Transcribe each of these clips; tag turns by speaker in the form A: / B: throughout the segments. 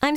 A: I'm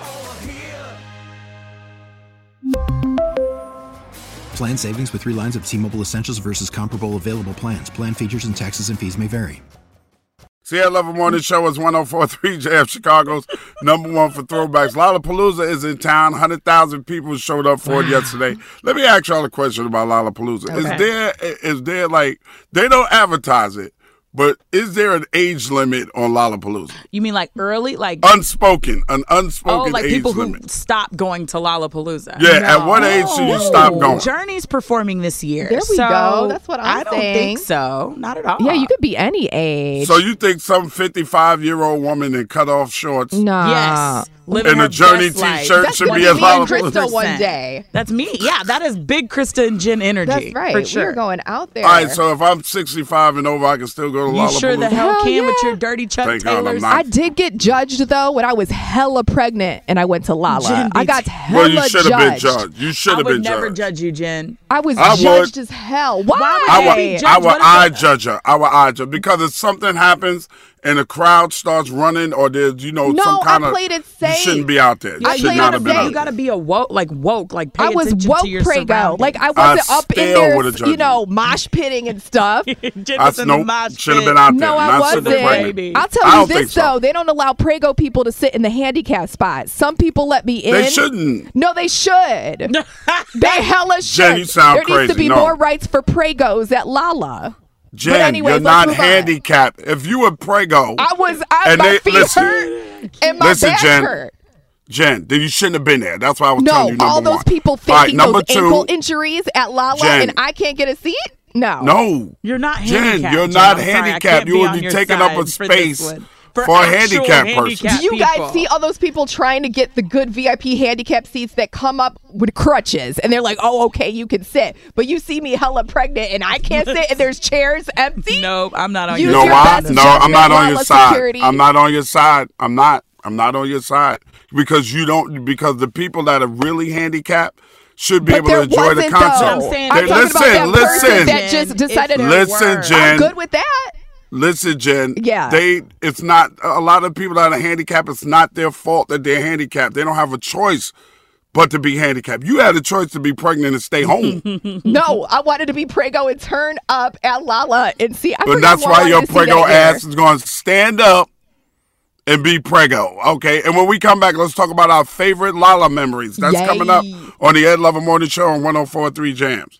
B: Plan savings with three lines of T Mobile Essentials versus comparable available plans. Plan features and taxes and fees may vary.
C: Sierra Level Morning Show is 1043 JF Chicago's number one for throwbacks. Lollapalooza is in town. 100,000 people showed up for it yesterday. Let me ask y'all a question about Lollapalooza. Is
D: Okay.
C: there, is there like, they don't advertise it, but is there an age limit on Lollapalooza?
D: You mean like early, like
C: Unspoken, an
D: oh,
C: unspoken
D: like
C: age
D: people
C: limit.
D: who stop going to Lollapalooza?
C: Yeah, at what age should you stop going?
D: Journey's performing this year.
E: There we
D: so
E: go. That's what I'm
D: I do not
E: saying.
D: think so. Not at all.
E: Yeah, you could be any age.
C: So you think some 55 year old woman in cut off shorts?
E: nah.
D: Yes. Living
C: And
D: her
C: a Journey
D: best life.
C: t-shirt
E: Uh, That's
C: should
E: gonna
C: be a
E: me and
C: Lollapalooza.
E: Crystal one
D: 100%.
E: day.
D: That's me. Yeah, that is big Krista and Jen energy.
E: That's right.
D: For sure.
E: We're going out there.
C: All right, so uh, if I'm 65 and over, I can still go to
D: you
C: Lollapalooza.
D: sure the hell,
E: Hell
D: can with
E: yeah.
D: your dirty Chuck
C: Thank God I'm
D: Taylors.
C: not.
E: I did get judged though when I was hella pregnant and I went to Lala.
D: Shouldn't be
E: I got
D: t-
C: Well,
E: hella
C: you should have been
E: judged.
C: judged. You should
D: I
C: have
D: would
C: been
D: never
C: judged.
D: judge you, Jen.
E: I was
C: I would.
E: judged as hell. Why?
D: would
C: I
D: Hey,
C: will,
D: judge
C: I will
D: what if
C: eye
D: it-
C: judge her. I will eye judge because if something happens and the crowd starts running or there's you know
E: No,
C: some
E: I
C: kind of
E: played it
C: you
E: safe.
C: shouldn't be out there. You
E: I
C: should
E: played
C: not
E: it
C: have been
E: safe.
C: out
D: You got to
C: there.
D: be a woke, like woke, like pay
E: I was
D: attention
E: woke
D: to your
E: prego.
D: surroundings.
E: Like I wasn't
C: I
E: up in
C: still would've
E: there,
C: judged
E: you know, mosh pitting and stuff.
D: Jen
C: I
D: was in the
C: nope,
D: mosh
C: should have
D: pit.
C: been out there.
E: No, I
C: not sitting
E: wasn't.
C: pregnant.
D: Baby.
E: I'll
C: I
E: tell you
C: don't think
E: this
C: so.
E: though, they don't allow prego people to sit in the handicap spot. Some people let me in.
C: They shouldn't.
E: No, they should. they hella should.
C: Jen, you sound
E: there needs
C: crazy.
E: to be
C: No.
E: more rights for pregos at Lala.
C: Jen,
E: anyways,
C: you're
E: let's
C: not
E: move on.
C: handicapped. If you were prego,
E: I was. I,
C: And
E: my
C: they-
E: feet
C: listen.
E: hurt and my
C: Listen,
E: back
C: Jen.
E: hurt.
C: Jen, then you shouldn't have been there. That's why I was telling
E: No,
C: you number
E: all those
C: one.
E: people
C: All right,
E: faking
C: number
E: those
C: two,
E: ankle injuries at Lala,
C: Jen.
E: and I can't get a seat. No,
C: No,
D: You're not
C: Jen,
D: handicapped.
C: you're
D: Jen.
C: not
D: I'm sorry, I
C: handicapped.
D: can't
C: You
D: be
C: would
D: on
C: be
D: your
C: taking up a
D: side for this
C: space
D: one. for,
C: for a
D: actual
C: handicapped person.
E: Do
D: handicapped
E: you guys
D: people.
E: see all those people trying to get the good VIP handicap seats that come up with crutches? And they're like, "Oh, okay, you can sit," but you see me hella pregnant, and I can't sit, and there's chairs empty.
D: Nope, I'm not on
E: You
C: You
D: your
C: know
E: Use your
C: why?
E: best
C: No, I'm
E: judgment,
C: not on your
E: Lala
C: side.
E: Security.
C: I'm not on your side. I'm not. I'm not on your side because you don't. Because the people that are really handicapped should be
E: But
C: able
E: there
C: to enjoy the
E: wasn't,
C: concert.
E: though.
D: I'm saying
C: They-
D: I'm talking
C: listen,
D: about that
C: listen,
D: person
E: that just decided-
D: If there
C: Listen,
D: were-
C: Jen.
E: I'm good with that.
C: listen, Jen.
E: Yeah.
C: They. It's not a lot of people that are handicapped. It's not their fault that they're handicapped. They don't have a choice but to be handicapped. You had a choice to be pregnant and stay home,
E: No, I wanted to be prego and turn up at Lala and see. I
C: but
E: forgot
C: that's
E: who I
C: why
E: wanted
C: your
E: to see that
C: prego
E: year.
C: ass is going to stand up. And be prego, okay? And when we come back, let's talk about our favorite Lala memories. That's
E: Yay.
C: coming up on the Ed Lover Morning Show on 104.3 Jams.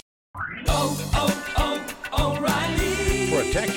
F: Protect